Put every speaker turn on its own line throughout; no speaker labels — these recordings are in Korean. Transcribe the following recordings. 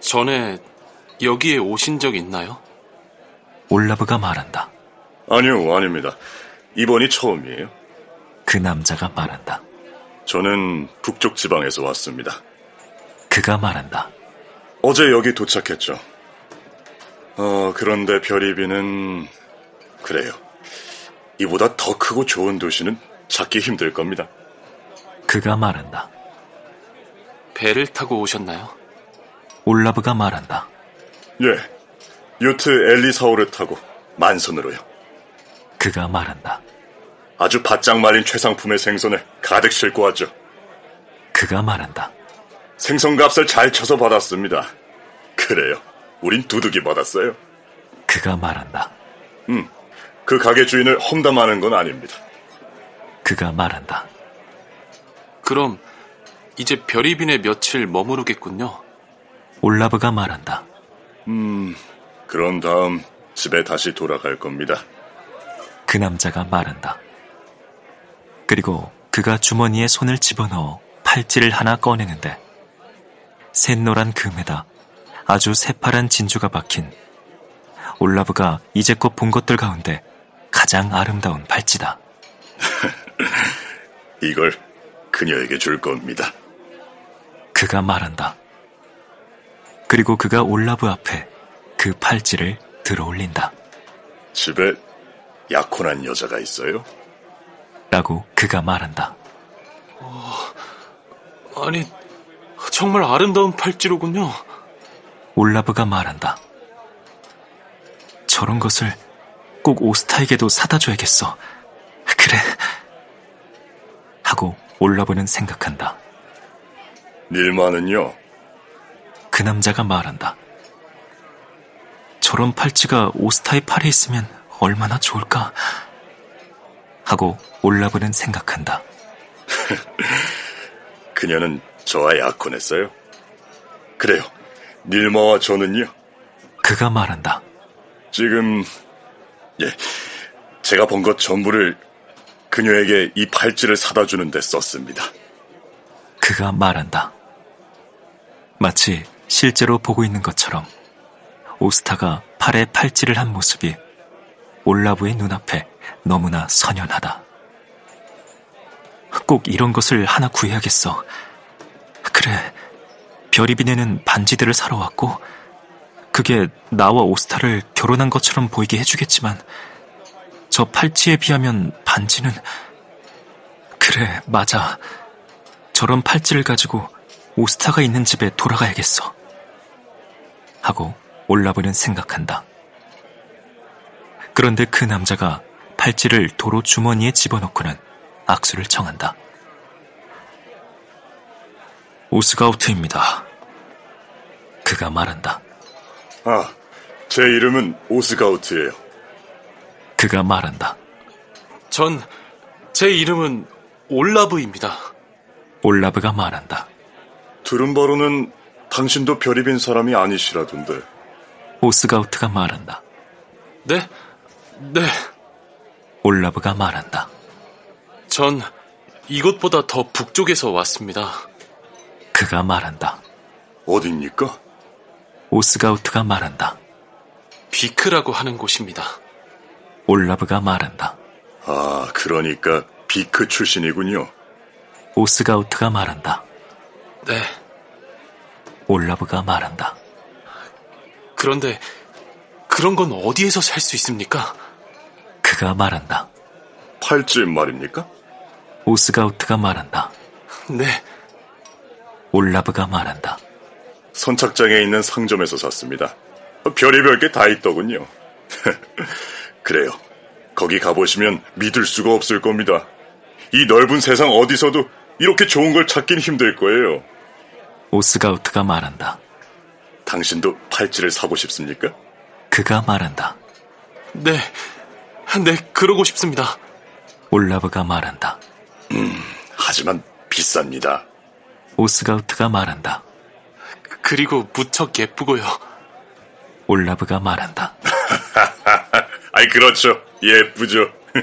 전에 여기에 오신 적 있나요?
올라브가 말한다.
아니요, 아닙니다. 이번이 처음이에요.
그 남자가 말한다.
저는 북쪽 지방에서 왔습니다.
그가 말한다.
어제 여기 도착했죠. 어, 그런데 별이비는 그래요. 이보다 더 크고 좋은 도시는 찾기 힘들 겁니다.
그가 말한다.
배를 타고 오셨나요?
올라브가 말한다.
예. 요트 엘리사오를 타고 만선으로요.
그가 말한다.
아주 바짝 말린 최상품의 생선을 가득 싣고 왔죠.
그가 말한다.
생선값을 잘 쳐서 받았습니다. 그래요. 우린 두둑이 받았어요.
그가 말한다.
음. 그 가게 주인을 험담하는 건 아닙니다.
그가 말한다.
그럼 이제 별이빈에 며칠 머무르겠군요.
올라브가 말한다.
그런 다음 집에 다시 돌아갈 겁니다.
그 남자가 말한다. 그리고 그가 주머니에 손을 집어넣어 팔찌를 하나 꺼내는데 샛노란 금에다 아주 새파란 진주가 박힌 올라브가 이제껏 본 것들 가운데 가장 아름다운 팔찌다.
이걸 그녀에게 줄 겁니다.
그가 말한다. 그리고 그가 올라브 앞에 그 팔찌를 들어 올린다.
집에 약혼한 여자가 있어요?
라고 그가 말한다.
아니, 정말 아름다운 팔찌로군요.
올라브가 말한다. 저런 것을 꼭 오스타에게도 사다 줘야겠어. 그래. 하고 올라브는 생각한다.
닐마는요,
그 남자가 말한다. 저런 팔찌가 오스타의 팔에 있으면 얼마나 좋을까? 하고 올라브는 생각한다.
그녀는 저와 약혼했어요. 그래요. 닐마와 저는요,
그가 말한다.
지금, 예, 제가 번 것 전부를 그녀에게 이 팔찌를 사다 주는데 썼습니다.
그가 말한다. 마치 실제로 보고 있는 것처럼 오스타가 팔에 팔찌를 한 모습이 올라브의 눈앞에 너무나 선연하다. 꼭 이런 것을 하나 구해야겠어. 그래, 별이 비네는 반지들을 사러 왔고, 그게 나와 오스타를 결혼한 것처럼 보이게 해주겠지만, 저 팔찌에 비하면 반지는, 그래, 맞아. 저런 팔찌를 가지고 오스타가 있는 집에 돌아가야겠어. 하고 올라브는 생각한다. 그런데 그 남자가 팔찌를 도로 주머니에 집어넣고는 악수를 청한다. 오스가우트입니다. 그가 말한다.
아, 제 이름은 오스가우트예요.
그가 말한다.
전, 제 이름은 올라브입니다.
올라브가 말한다.
들은 바로는 당신도 별이빈 사람이 아니시라던데.
오스가우트가 말한다.
네? 네.
올라브가 말한다.
전 이곳보다 더 북쪽에서 왔습니다.
그가 말한다.
어딥니까?
오스가우트가 말한다.
비크라고 하는 곳입니다.
올라브가 말한다.
아, 그러니까 비크 출신이군요.
오스가우트가 말한다.
네.
올라브가 말한다.
그런데 그런 건 어디에서 살 수 있습니까?
그가 말한다.
팔찌 말입니까?
오스가우트가 말한다.
네.
올라브가 말한다.
선착장에 있는 상점에서 샀습니다. 어, 별의별 게 다 있더군요. 그래요. 거기 가보시면 믿을 수가 없을 겁니다. 이 넓은 세상 어디서도 이렇게 좋은 걸 찾긴 힘들 거예요.
오스가우트가 말한다.
당신도 팔찌를 사고 싶습니까?
그가 말한다.
네. 네, 그러고 싶습니다.
올라브가 말한다.
하지만 비쌉니다.
오스가우트가 말한다.
그리고 무척 예쁘고요.
올라브가 말한다.
아이, 그렇죠. 예쁘죠.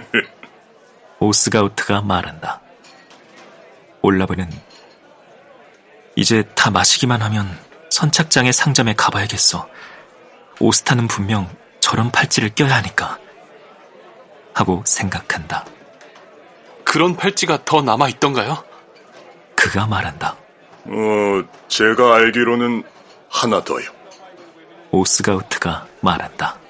오스가우트가 말한다. 올라브는 이제 다 마시기만 하면 선착장의 상점에 가봐야겠어. 오스타는 분명 저런 팔찌를 껴야 하니까. 하고 생각한다.
그런 팔찌가 더 남아 있던가요?
그가 말한다.
어, 제가 알기로는 하나 더요.
오스가우트가 말한다.